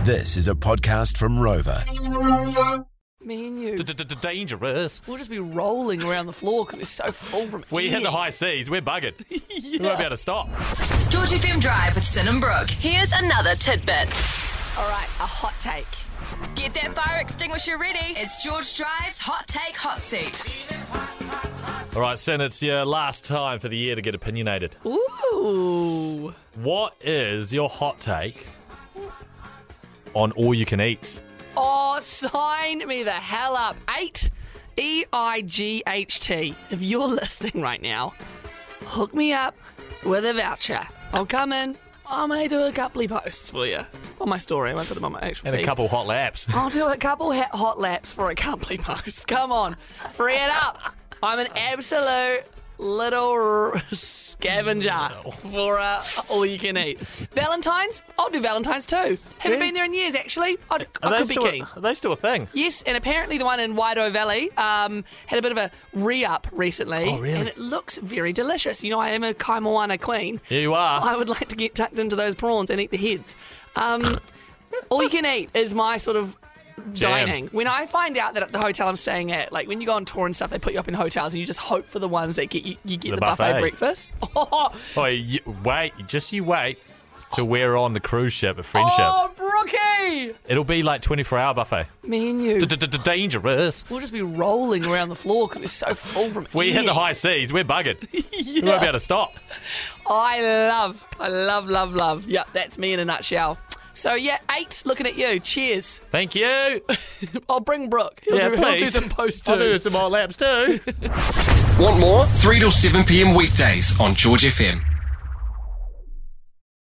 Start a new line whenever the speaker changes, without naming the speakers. This is a podcast from Rover.
Me and you.
Dangerous.
We'll just be rolling around the floor because we're so full from
We hit
eating.
the high seas. We're buggered. We won't be able to stop.
George FM Drive with Sin and Brooke. Here's another tidbit.
All right, a hot take.
Get that fire extinguisher ready. It's George Drive's Hot Take Hot Seat.
All right, Sin, it's your last time for the year to get opinionated.
Ooh.
What is your hot take on all you can eat?
Oh, sign me the hell up. Eight. E I G H T. If you're listening right now, hook me up with a voucher. I'll come in. I may do a couple of posts for you on my story. I won't put them on my actual
And a
feed.
couple hot laps.
I'll do a couple ha- hot laps for a couple of posts. Come on, free it up. I'm an absolute little r- scavenger for uh, all you can eat. Valentine's, I'll do Valentine's too. Haven't been there in years, actually. I'd, I could be
still
keen.
a, are they still a thing?
Yes, and apparently the one in Waido Valley um, had a bit of a re up recently.
Oh, really?
And it looks very delicious. You know, I am a Kaimoana queen.
Here you are.
I would like to get tucked into those prawns and eat the heads. Um, all you can eat is my sort of
Jam.
dining. When I find out that at the hotel I'm staying at, like when you go on tour and stuff, they put you up in hotels and you just hope for the ones that get you, you get
The
the, buffet.
buffet.
breakfast.
Oh, you, wait. Just you wait till we're on the cruise ship at Friendship.
Oh, Brookie!
It'll be like 24 hour buffet.
Me and you.
Dangerous.
We'll just be rolling around the floor because we're so full from
We hit
eating.
the high seas. We're buggered. We won't be able to stop.
I love, I love, love, love. Yep, that's me in a nutshell. So yeah, eight. Looking at you. Cheers.
Thank you.
I'll bring Brooke. He'll
Yeah,
do,
please.
He'll do some post too.
I'll do some hot laps too.
Want more? 3 till 7 p.m. weekdays on George FM.